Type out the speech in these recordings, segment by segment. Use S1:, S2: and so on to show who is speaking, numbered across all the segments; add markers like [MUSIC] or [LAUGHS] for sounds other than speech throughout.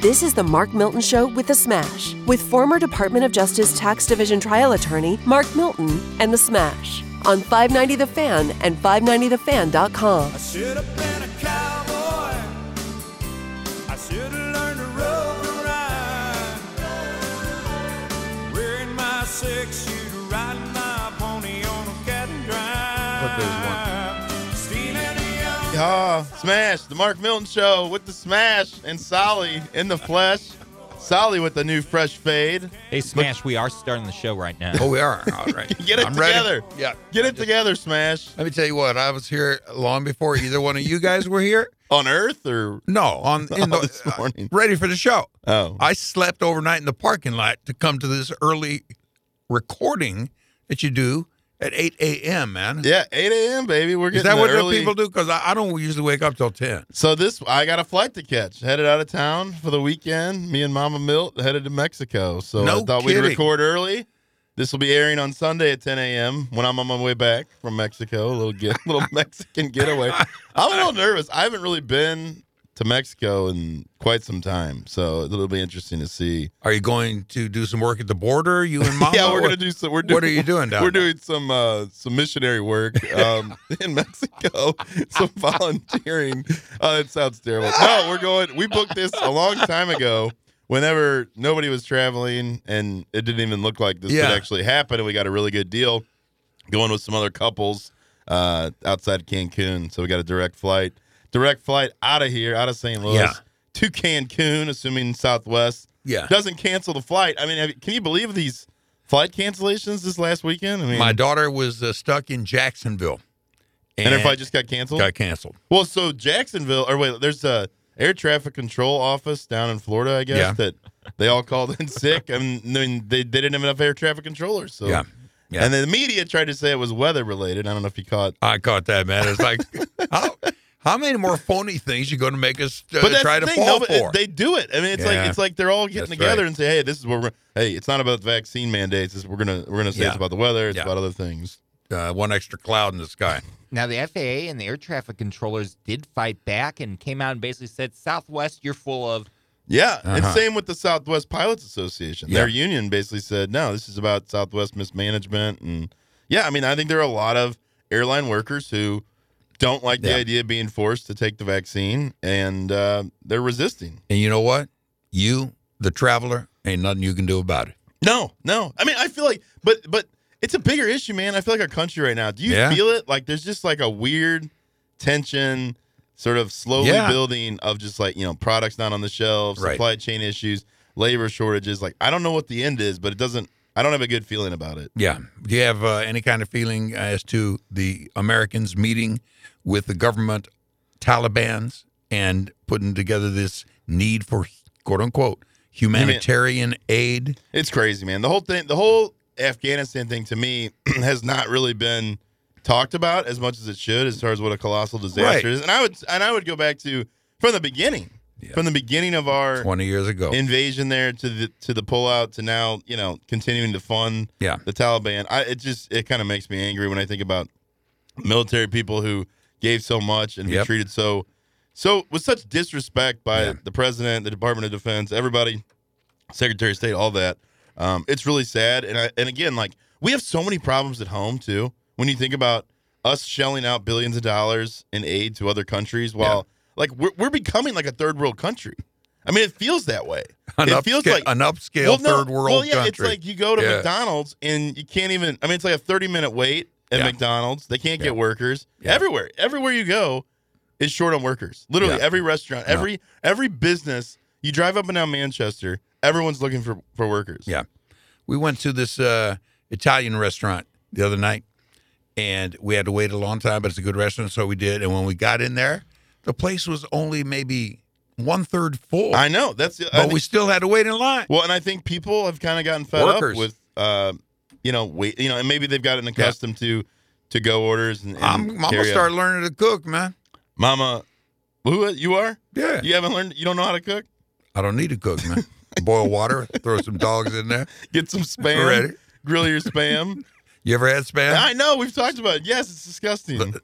S1: This is the Mark Milton Show with The Smash, with former Department of Justice Tax Division trial attorney Mark Milton and The Smash on 590 The Fan and 590TheFan.com.
S2: Should have been a cowboy. I should have learned to rope and ride. Wearing my six shooter, riding my pony on a cat and
S3: What
S2: drive.
S3: there's one.
S2: Stealing a young
S4: Ah, Smash, the Mark Milton Show with the Smash and Solly in the flesh. Solly with the new fresh fade.
S5: Hey, Smash, we are starting the show right now.
S3: Oh, we are. All right.
S4: [LAUGHS] Get it
S3: I'm ready.
S4: together.
S3: Yeah.
S4: Get it together, Smash.
S3: Let me tell you what. I was here long before either one of you guys were here.
S4: On Earth or
S3: No,
S4: [LAUGHS]
S3: on in
S4: Oh,
S3: the,
S4: this morning.
S3: uh, ready for the show.
S4: oh,
S3: I slept overnight in the parking lot to come to this early recording that you do at 8 a.m. Man,
S4: yeah, 8 a.m. baby. We're
S3: is
S4: getting
S3: that
S4: the
S3: what real
S4: early...
S3: people do? Because I, I don't usually wake up till 10.
S4: So this, I got a flight to catch. Headed out of town for the weekend. Me and Mama Milt headed to Mexico. So
S3: No
S4: I thought we'd
S3: kidding.
S4: record early. This will be airing on Sunday at 10 a.m. when I'm on my way back from Mexico. A little get, [LAUGHS] little Mexican getaway. I'm a little nervous. I haven't really been to Mexico in quite some time, so it'll be interesting to see.
S3: Are you going to do some work at the border? You
S4: [LAUGHS]
S3: and Mama?
S4: yeah, we're gonna
S3: What-
S4: do some. We're doing,
S3: What are you doing down
S4: We're
S3: there?
S4: doing some uh, some missionary work
S3: [LAUGHS]
S4: um, in Mexico, some volunteering. Oh, that sounds terrible. No, we're going. We booked this a long time ago. Whenever nobody was traveling, and it didn't even look like this
S3: Yeah.
S4: could actually happen, and we got a really good deal going with some other couples uh, outside Cancun. So we got a direct flight, direct flight out of here, out of St. Louis
S3: Yeah.
S4: to Cancun, assuming Southwest
S3: Yeah.
S4: doesn't cancel the flight. I mean, have, can you believe these flight cancellations this last weekend? I mean,
S3: My daughter was uh, stuck in Jacksonville,
S4: and her flight just got canceled.
S3: got canceled.
S4: well, so Jacksonville, or wait, there's a air traffic control office down in Florida, I guess
S3: Yeah.
S4: that they all called
S3: [LAUGHS]
S4: in sick. I mean, I mean, they, they didn't have enough air traffic controllers. So
S3: Yeah. Yeah.
S4: and then the media tried to say it was weather related. I don't know if you caught.
S3: I caught that, man. It's
S4: [LAUGHS]
S3: like how how many more phony things you going to make us uh,
S4: But that's
S3: try
S4: the
S3: to
S4: thing.
S3: fall
S4: no, but it-
S3: for?
S4: they do it. I mean, it's
S3: Yeah.
S4: like it's like they're all getting
S3: That's
S4: together
S3: right.
S4: and say, "Hey, this is what we're. Hey, it's not about vaccine mandates. It's, we're gonna we're gonna say
S3: Yeah.
S4: it's about the weather. It's
S3: Yeah.
S4: about other things."
S3: uh, one extra cloud in the sky.
S5: Now, the FAA and the air traffic controllers did fight back and came out and basically said, Southwest, you're full of. [LAUGHS]
S4: Yeah, and
S3: Uh-huh.
S4: same with the Southwest Pilots Association.
S3: Yeah.
S4: Their union basically said, "No, this is about Southwest mismanagement." And yeah, I mean, I think there are a lot of airline workers who don't like the
S3: Yeah.
S4: idea of being forced to take the vaccine, and uh, they're resisting.
S3: And you know what? You, the traveler, ain't nothing you can do about it.
S4: No, no. I mean, I feel like, but but it's a bigger issue, man. I feel like our country right now. Do you
S3: Yeah.
S4: feel it? Like there's just like a weird tension, sort of slowly
S3: Yeah.
S4: building of just like you know products not on the shelves,
S3: Right.
S4: supply chain issues, labor shortages. Like I don't know what the end is, but it doesn't. I don't have a good feeling about it.
S3: Yeah. Do you have uh, any kind of feeling as to the Americans meeting with the government Taliban's and putting together this need for quote unquote humanitarian aid?
S4: It's crazy, man. The whole thing, the whole Afghanistan thing, to me, [CLEARS THROAT] has not really been talked about as much as it should, as far as what a colossal disaster
S3: Right.
S4: is. And I would, and I would go back to from the beginning,
S3: Yeah.
S4: from the beginning of our
S3: 20 years ago.
S4: invasion there to the to the pullout to now you know continuing to fund
S3: Yeah.
S4: the Taliban. I it just it kind of makes me angry when I think about military people who gave so much and
S3: Yep.
S4: be treated so so with such disrespect by
S3: Yeah.
S4: the president, the Department of Defense, everybody, Secretary of State, all that. Um, it's really sad, and I, and again, like we have so many problems at home too. When you think about us shelling out billions of dollars in aid to other countries, while like we're, we're becoming like a third world country. I mean, it feels
S3: [LAUGHS]
S4: that way.
S3: An
S4: it
S3: upscale,
S4: feels like
S3: an upscale
S4: well, no,
S3: third world
S4: well, yeah,
S3: country.
S4: it's like you go to
S3: Yeah.
S4: McDonald's and you can't even. I mean, it's like a thirty-minute wait at
S3: Yeah.
S4: McDonald's. They can't
S3: Yeah.
S4: get workers
S3: Yeah.
S4: everywhere. Everywhere you go is short on workers. Literally
S3: Yeah.
S4: every restaurant,
S3: No.
S4: every every business. You drive up and down Manchester, everyone's looking for for workers.
S3: Yeah. We went to this uh, Italian restaurant the other night, and we had to wait a long time, but it's a good restaurant, so we did. And when we got in there, the place was only maybe one third full,
S4: I know. That's the- I
S3: but
S4: think-
S3: we still had to wait in line.
S4: well, and I think people have kind of gotten fed
S3: Workers.
S4: up with, uh, you know, wait, you know, and maybe they've gotten accustomed to to go orders and, and
S3: I'm, I'm gonna
S4: carry-out.
S3: start learning to cook, man.
S4: Mama, who you are?
S3: Yeah,
S4: You haven't learned. You don't know how to cook.
S3: I don't need to cook, man. Boil water, throw some dogs in there.
S4: Get some spam.
S3: Ready?
S4: Grill your spam.
S3: [LAUGHS] You ever had spam?
S4: I know we've talked about it. Yes, it's disgusting. Spam.
S3: uh,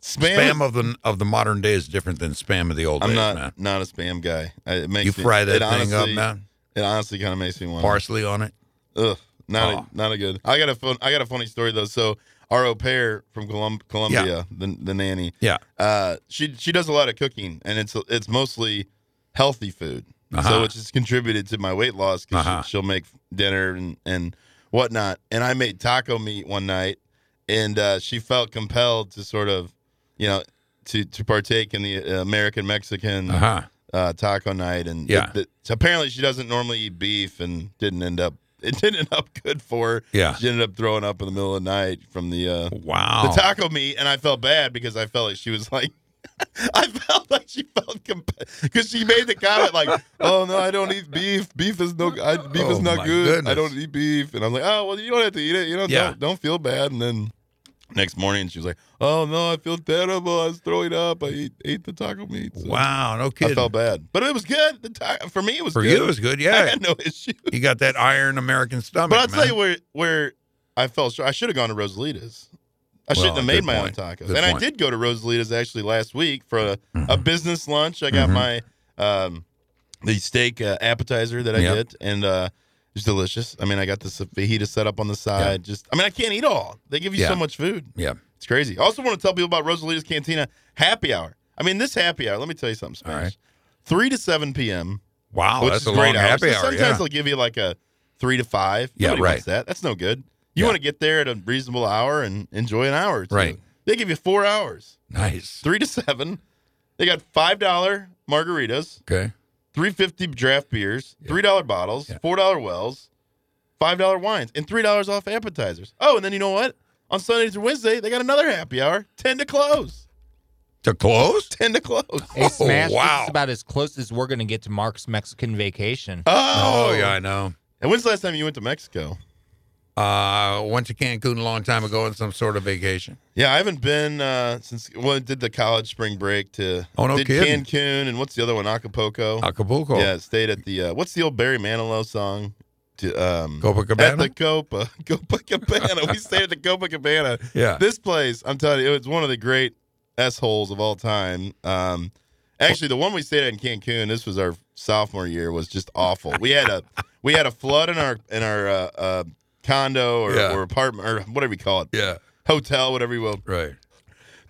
S3: Spam of the of the modern day is different than spam of the old
S4: I'm
S3: days,
S4: not
S3: man.
S4: not a spam guy. I- It makes
S3: You
S4: me-
S3: fry that
S4: it
S3: thing
S4: honestly, um,
S3: up, man.
S4: It honestly kind of makes me want.
S3: Parsley on it.
S4: Ugh, not
S3: Aw.
S4: a, not a good. I got a fun. I got a funny story though. So our au pair from Colum- Columbia, the the nanny,
S3: Yeah.
S4: uh, she she does a lot of cooking, and it's it's mostly healthy food.
S3: Uh-huh.
S4: So which has contributed to my weight loss because
S3: Uh-huh.
S4: she, will make dinner and and whatnot. And I made taco meat one night, and uh, she felt compelled to sort of, you know, to to partake in the uh, American Mexican
S3: Uh huh.
S4: uh, taco night, and
S3: Yeah.
S4: th- th- so apparently she doesn't normally eat beef, and didn't end up. [LAUGHS] It didn't end up good for her.
S3: Yeah.
S4: She ended up throwing up in the middle of the night from the uh,
S3: Wow.
S4: the taco meat, and I felt bad because I felt like she was like. [LAUGHS] I felt like she felt because she made the comment like, "Oh no, I don't eat beef. Beef is no, I, beef
S3: Oh,
S4: is
S3: my
S4: not good.
S3: goodness.
S4: I don't eat beef." And I'm like, "Oh well, you don't have to eat it. You know,
S3: Yeah.
S4: don't, don't feel bad." And then next morning, she was like, "Oh no, I feel terrible. I was throwing up. I ate, ate the taco meat." So-
S3: wow. No kidding.
S4: I felt bad, but it was good. The ti- for me, it was
S3: For
S4: good. [LAUGHS]
S3: you, it was good.
S4: I
S3: Yeah.
S4: had no issue.
S3: you got that iron American stomach.
S4: But I'll
S3: man.
S4: tell you where where I fell short. I should have gone to Rosalita's. I
S3: Well,
S4: shouldn't have
S3: good
S4: made my
S3: point.
S4: own tacos.
S3: Good
S4: and I
S3: point. Mm-hmm.
S4: did go to Rosalita's actually last week for a, a business lunch. I got my um, the steak uh, appetizer that I
S3: Yeah.
S4: did, and uh, it's delicious. I mean, I got the fajita set up on the side. Just, I mean, I can't eat all. They give you
S3: Yeah.
S4: so much food.
S3: Yeah.
S4: It's crazy. I also want to tell people about Rosalita's Cantina happy hour. I mean, this happy hour. Let me tell you something. Smash.
S3: All right.
S4: Three to seven p.m
S3: Wow.
S4: which
S3: Oh, that's
S4: is
S3: a
S4: great
S3: long happy
S4: hours.
S3: hour.
S4: Sometimes
S3: yeah.
S4: they'll give you like a three to five.
S3: Yeah,
S4: Nobody
S3: right.
S4: wants that. That's no good. You
S3: Yeah.
S4: want to get there at a reasonable hour and enjoy an hour. Or two.
S3: Right.
S4: They give you four hours,
S3: nice.
S4: three to seven. They got five dollar margaritas,
S3: Okay.
S4: three fifty draft beers, three dollar bottles,
S3: Yeah.
S4: four dollar wells, five dollar wines, and three dollars off appetizers. Oh, and then you know what? On Sunday through Wednesday, they got another happy hour, ten to close.
S3: To close?
S4: Ten to close.
S5: Hey, Smash,
S3: wow.
S5: this is about as close as we're going to get to Mark's Mexican vacation.
S3: [LAUGHS]
S4: Oh,
S3: Oh, yeah, I know.
S4: And when's the last time you went to Mexico?
S3: Uh, went to Cancun a long time ago on some sort of vacation.
S4: Yeah, I haven't been uh, since well, I did the college spring break to
S3: Oh, no
S4: did
S3: kidding. Uh,
S4: Cancun and what's the other one? Acapulco.
S3: Acapulco.
S4: Yeah, stayed at the uh, what's the old Barry Manilow song? To, um,
S3: Copacabana?
S4: At the Copa [LAUGHS] Copacabana. we stayed at
S3: [LAUGHS]
S4: the Copacabana.
S3: Yeah.
S4: This place, I'm telling you, it was one of the great s holes of all time. Um, actually, the one we stayed at in Cancun, this was our sophomore year, was just awful. We had a we had a flood in our in our uh, uh, condo or,
S3: Yeah.
S4: or apartment or whatever you call it
S3: yeah.
S4: hotel, whatever you will.
S3: Right.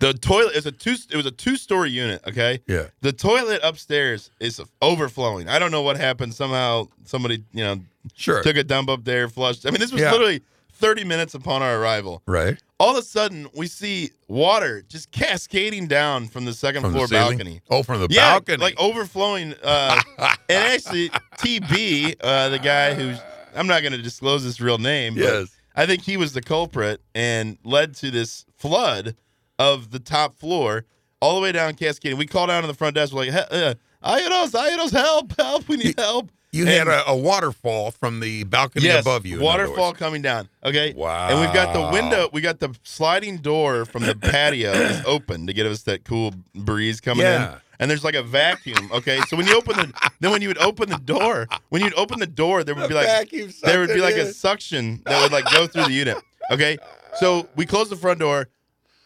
S4: The toilet is a two. It was a two-story unit. Okay.
S3: Yeah.
S4: The toilet upstairs is overflowing. I don't know what happened. Somehow somebody you know
S3: Sure.
S4: took a dump up there, flushed. I mean, this was
S3: Yeah.
S4: literally 30 minutes upon our arrival.
S3: right.
S4: All of a sudden, we see water just cascading down from the second
S3: From
S4: floor
S3: the ceiling?
S4: balcony.
S3: Oh, from the
S4: Yeah,
S3: balcony.
S4: like overflowing. Uh, and actually, TB, uh, the guy who's I'm not going to disclose his real name. but
S3: Yes.
S4: I think he was the culprit and led to this flood of the top floor all the way down Cascading. We called down to the front desk. We're like, "He- uh, Ayanos, Ayanos, help, help, we need help.
S3: you
S4: And-
S3: had a, a waterfall from the balcony
S4: yes,
S3: above you. in other words.
S4: Waterfall coming down. Okay.
S3: Wow.
S4: And we've got the window, we got the sliding door from the
S3: [COUGHS]
S4: patio is open to give us that cool breeze coming
S3: Yeah.
S4: in. And there's like a vacuum. Okay. So when you open the then when you would open the door, when you'd open the door, there would be like
S3: vacuum
S4: there would be
S3: sucking
S4: like a
S3: in.
S4: suction that would like go through the unit. Okay. So we close the front door.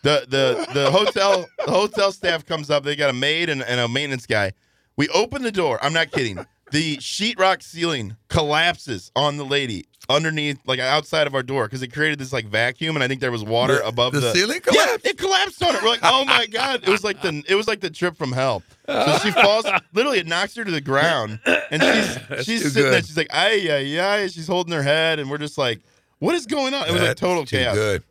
S4: The the the hotel the hotel staff comes up. They got a maid and, and a maintenance guy. We open the door. I'm not kidding. The sheetrock ceiling collapses on the lady underneath, like outside of our door, because it created this like vacuum, and I think there was water
S3: The-
S4: above
S3: the
S4: the,
S3: ceiling collapsed?
S4: Yeah, it collapsed on her. We're like, oh my god! It was like the it was like the trip from hell. So she falls. Literally, it knocks her to the ground, and
S3: [LAUGHS]
S4: she's she's
S3: too
S4: sitting there.
S3: good.
S4: She's like, ay, ay, ay. She's holding her head, and we're just like, what is going on? It was like
S3: That's
S4: total
S3: too
S4: chaos.
S3: Good.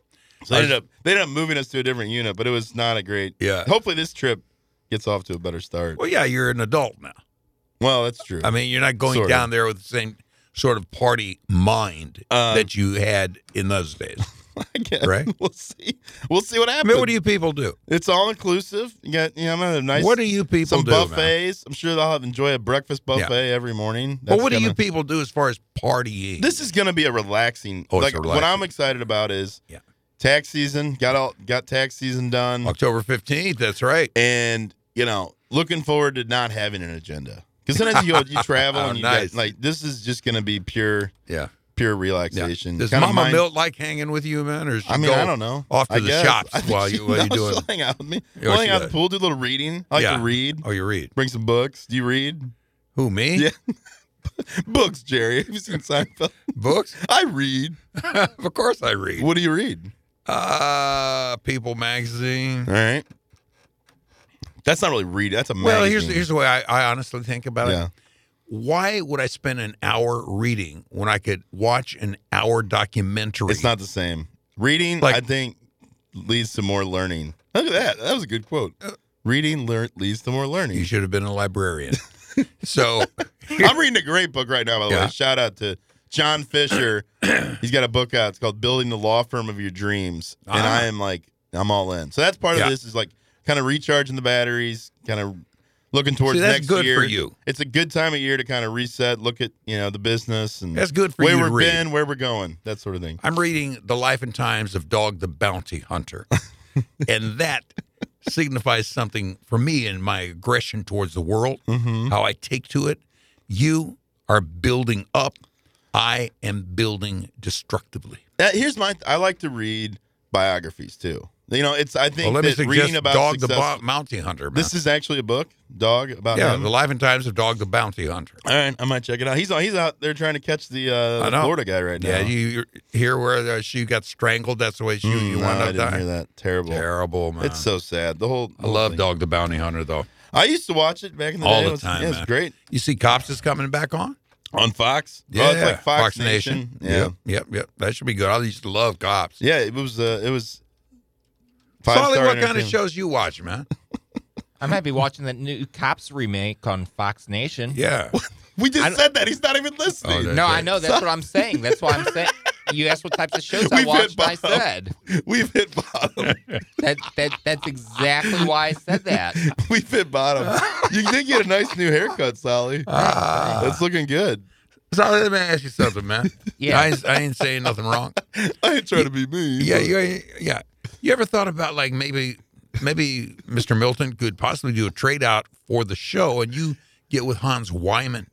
S4: So they ended up they ended up moving us to a different unit, but it was not a great.
S3: Yeah.
S4: Hopefully, this trip gets off to a better start.
S3: Well, yeah, you're an adult now.
S4: Well, that's true.
S3: I mean, you're not going
S4: Sort of.
S3: down there with the same sort of party mind
S4: Uh,
S3: that you had in those
S4: [LAUGHS]
S3: days.
S4: [LAUGHS] I guess.
S3: right.
S4: We'll see. We'll see what
S3: I
S4: happens.
S3: mean, what do you people do?
S4: It's all inclusive. You got you know, I'm gonna have nice.
S3: what do you people
S4: some
S3: do? man?
S4: buffets? I'm sure they'll have, enjoy a breakfast buffet every morning.
S3: But
S4: That's
S3: what do
S4: gonna-
S3: you people do as far as partying?
S4: This is going to be a relaxing.
S3: Oh, it's
S4: like
S3: a
S4: what I'm
S3: relaxing.
S4: excited about is
S3: Yeah.
S4: tax season. Got all got tax season done,
S3: October 15th. That's right.
S4: and you know, looking forward to not having an agenda. Because sometimes you go, you
S3: [LAUGHS]
S4: travel
S3: Oh,
S4: and you
S3: nice.
S4: get, like this is just going to be pure
S3: Yeah.
S4: pure
S3: Yeah.
S4: relaxation.
S3: Does
S4: Kinda
S3: Mama
S4: mind-
S3: Milt like hanging with you, man? Or is she
S4: I mean,
S3: go
S4: I don't know.
S3: Off to
S4: I
S3: the
S4: guess.
S3: shops
S4: I think
S3: while
S4: she
S3: you while you
S4: knows
S3: doing?
S4: She'll [LAUGHS] hang out with me.
S3: Yeah,
S4: we'll
S3: she
S4: hang out at
S3: does.
S4: the pool, do a little reading. I like
S3: Yeah.
S4: to read.
S3: Oh, you read.
S4: Bring some books. Do you read? [LAUGHS]
S3: Who me?
S4: Yeah. books, Jerry. Have you seen Seinfeld?
S3: [LAUGHS]
S4: [LAUGHS]
S3: Books? [LAUGHS]
S4: I read.
S3: of course I read.
S4: What do you read?
S3: Uh People magazine.
S4: All right. That's not really reading. That's a magazine.
S3: Well, here's here's the way I, I honestly think about it.
S4: yeah.
S3: Why would I spend an hour reading when I could watch an hour documentary?
S4: It's not the same. Reading,
S3: Like-
S4: I think, leads to more learning. Look at that. That was a good quote. Reading lear- leads to more
S3: Uh, You
S4: learning.
S3: should have been a
S4: [LAUGHS]
S3: librarian. so
S4: I'm reading a great book right now, by the
S3: Yeah.
S4: way. Shout out to John
S3: [COUGHS]
S4: Fisher. He's got a book out. It's called Building the Law Firm of Your Dreams. And
S3: Ah.
S4: I am like, I'm all in. So that's part
S3: Yeah.
S4: of this is like kind of recharging the batteries, kind of looking towards
S3: See, that's
S4: next
S3: good
S4: year.
S3: for you.
S4: It's a good time of year to kind of reset, look at, you know, the business and
S3: That's good for
S4: where
S3: you to
S4: we've
S3: read.
S4: been, where we're going, that sort of thing.
S3: I'm reading The Life and Times of Dog the Bounty
S4: [LAUGHS]
S3: Hunter. and that signifies something for me in my aggression towards the world,
S4: Mm-hmm.
S3: how I take to it. You are building up. I am building destructively.
S4: That, Uh, here's my. I like to read biographies too. You know, it's. I
S3: Well,
S4: think
S3: let me
S4: that reading
S3: suggest
S4: about
S3: Dog the
S4: success-
S3: Bo- Bounty Hunter. Man.
S4: This is actually a book, dog about
S3: yeah,
S4: him.
S3: The Life and Times of Dog the Bounty Hunter.
S4: All right, I might check it out. He's he's out there trying to catch the
S3: I
S4: uh,
S3: know.
S4: Florida guy right now.
S3: Yeah, you you hear where the, she got strangled. That's the way she
S4: Mm,
S3: you
S4: no,
S3: wound
S4: I
S3: up
S4: didn't hear
S3: dying.
S4: that. Terrible.
S3: Terrible, man.
S4: It's so sad. The whole.
S3: I love
S4: dog.
S3: Dog the Bounty Hunter though.
S4: I used to watch it back in the
S3: All
S4: day.
S3: the
S4: It was-
S3: time,
S4: Yeah, it's
S3: man.
S4: great
S3: You see, Cops is coming back on.
S4: on Fox. Oh, it's like Fox, Nation. Yeah,
S3: Yep, yep, yep. That should be good. I used to love cops.
S4: yeah. It was. Uh, it was.
S3: Solly,
S4: five-star
S3: what kind of
S4: entertainment.
S3: shows you watch,
S4: [LAUGHS]
S3: man?
S5: I might be watching that new Cops remake on Fox Nation.
S3: Yeah.
S4: We
S5: I
S4: just
S5: don't-
S4: said that he's not even listening.
S3: Oh,
S5: No,
S3: That's
S5: I
S3: it.
S5: know. That's what I'm saying. That's why I'm saying. You asked what types of [LAUGHS] shows I
S4: We've hit
S5: watched. I
S4: bottom.
S5: said
S4: [LAUGHS] We've hit [LAUGHS] bottom.
S5: that, that. That's exactly why I said [LAUGHS] that.
S4: we fit bottom. You did get a nice new haircut, Sally. That's looking good.
S3: Solly, let me ask you something, man.
S5: Yeah.
S3: I ain't, I ain't saying nothing wrong.
S4: I ain't trying to be mean.
S3: Yeah,
S4: but-
S3: you, yeah. You ever thought about like maybe, maybe Mr. Milton could possibly do a trade out for the show, and you get with Hans Wyman.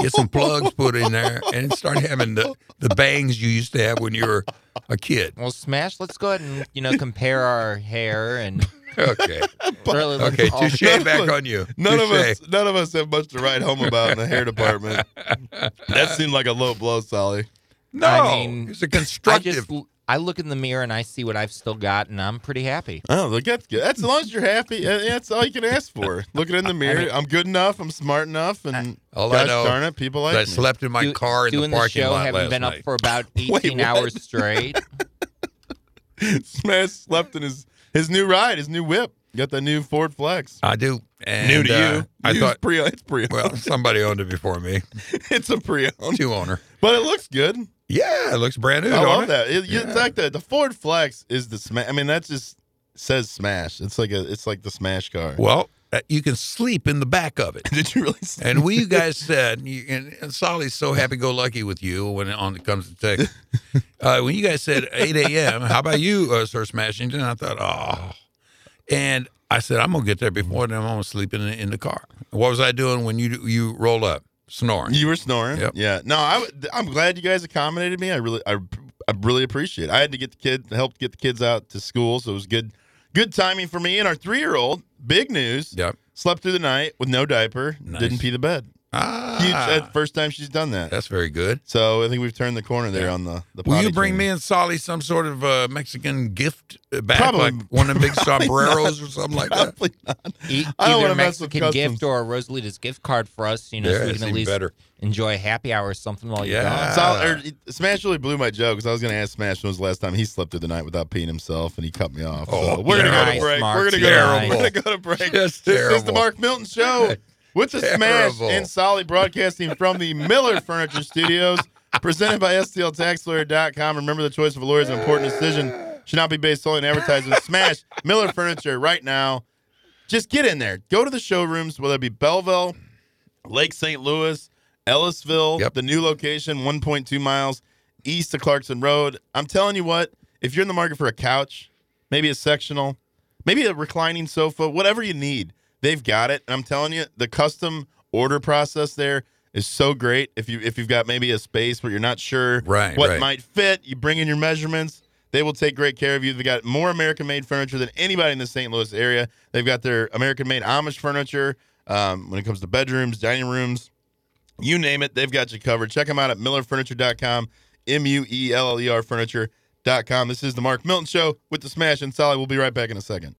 S3: Get some plugs put in there and start having the, the bangs you used to have when you were a kid.
S5: Well, Smash. Let's go ahead and you know compare our hair and
S3: Okay.
S5: really let's
S3: Okay.
S5: all-
S3: Touche back on you.
S4: None of
S3: Touche.
S4: us, none of us have much to write home about in the hair department. That seemed like a low blow, Sally.
S3: No,
S5: I mean,
S3: it's a
S5: I
S3: constructive.
S5: just I look in the mirror and I see what I've still got, and I'm pretty happy.
S4: Oh, look, that's good. That's as long as you're happy. uh, That's all you can ask for. Looking in the mirror, I'm good enough. I'm smart enough, and
S3: All I
S4: gosh
S3: know
S4: darn it, people like
S3: I
S4: me.
S3: slept in my
S5: Do-
S3: car in the
S5: doing
S3: parking
S5: show,
S3: lot
S5: haven't
S3: last
S5: been
S3: night.
S5: up for
S3: [LAUGHS]
S5: about
S4: Wait,
S5: 18
S4: what?
S5: hours straight.
S4: [LAUGHS] Smash slept in his his new ride, his new whip. Got the new Ford Flex.
S3: I do. And,
S4: new to
S3: uh,
S4: you.
S3: I
S4: Used [LAUGHS]
S3: thought.
S4: pre. It's pre.
S3: Well, somebody owned it before me.
S4: it's a pre-owned.
S3: Two owner.
S4: But it looks good.
S3: Yeah, it looks brand new.
S4: I
S3: don't
S4: love
S3: it?
S4: that. It,
S3: Yeah.
S4: It's like the the Ford Flex is the smash. I mean, that just says smash. It's like a it's like the smash car.
S3: [LAUGHS] Well, uh, you can sleep in the back of it.
S4: Did you really? Say
S3: And we, you guys [LAUGHS] said, you- and, and Solly's so happy-go-lucky with you when it on it comes to Texas. Uh, when you guys said 8 a.m., how about you, uh, Sir Smashington? I thought, oh. And I said, I'm gonna get there before then. I'm gonna sleep in the, in the car. What was I doing when you you rolled up, snoring?
S4: you were snoring.
S3: Yep.
S4: Yeah. No, I, am glad you guys accommodated me. I really I, I really appreciate. it. I had to get the kid help get the kids out to school, so it was good good timing for me and our three year old. Big news.
S3: Yep.
S4: Slept through the night with no diaper.
S3: Nice.
S4: Didn't pee the bed.
S3: Ah,
S4: Huge. uh, first time she's done that.
S3: that's very good.
S4: So I think we've turned the corner there on the the.
S3: Will you
S4: potty
S3: bring
S4: training.
S3: me and Solly some sort of uh, Mexican gift uh, back,
S4: Probably-
S3: like one of [LAUGHS] them big
S4: probably
S3: sombreros or something
S4: [LAUGHS]
S3: like that?
S4: Probably not.
S5: E-
S4: I don't
S5: either
S4: wanna
S5: a
S4: mess with
S5: Mexican gift
S4: customs.
S5: or a Rosalita's gift card for us, you know,
S3: Yeah,
S5: so we
S3: it's
S5: can at
S3: even
S5: least
S3: better.
S5: enjoy a happy hour or something while you're
S3: Yeah.
S5: gone.
S4: Sol- or, er, Smash really blew my joke because I was going to ask Smash when was the last time he slept through the night without peeing himself, and he cut me off.
S3: Oh,
S4: so we're going to go
S5: nice,
S4: to break.
S5: Mark,
S4: we're going to go.
S3: terrible.
S4: We're going to
S3: [LAUGHS]
S4: go to break.
S3: Just
S4: this is
S3: terrible.
S4: the Mark Milton Show with the Smash
S3: Terrible.
S4: and Solly broadcasting from
S3: [LAUGHS]
S4: the Miller Furniture Studios, presented by STLTaxLawyer.com. Remember, the choice of a lawyer is an important decision. Should not be based solely
S3: [LAUGHS]
S4: on advertisements. Smash Miller Furniture right now. Just get in there. Go to the showrooms, whether it be Belleville, Lake St. Louis, Ellisville,
S3: Yep.
S4: the new location, 1.2 miles east of Clarkson Road. I'm telling you what, if you're in the market for a couch, maybe a sectional, maybe a reclining sofa, whatever you need, they've got it. And I'm telling you, the custom order process there is so great. If you if you've got maybe a space where you're not sure
S3: Right,
S4: what
S3: right.
S4: might fit, you bring in your measurements. They will take great care of you. They've got more American made furniture than anybody in the St. Louis area. They've got their American made Amish furniture um, when it comes to bedrooms, dining rooms, you name it, they've got you covered. Check them out at millerfurniture.com, M U E L L E R furniture.com. This is the Mark Milton Show with the Smash and Sally. We'll be right back in a second.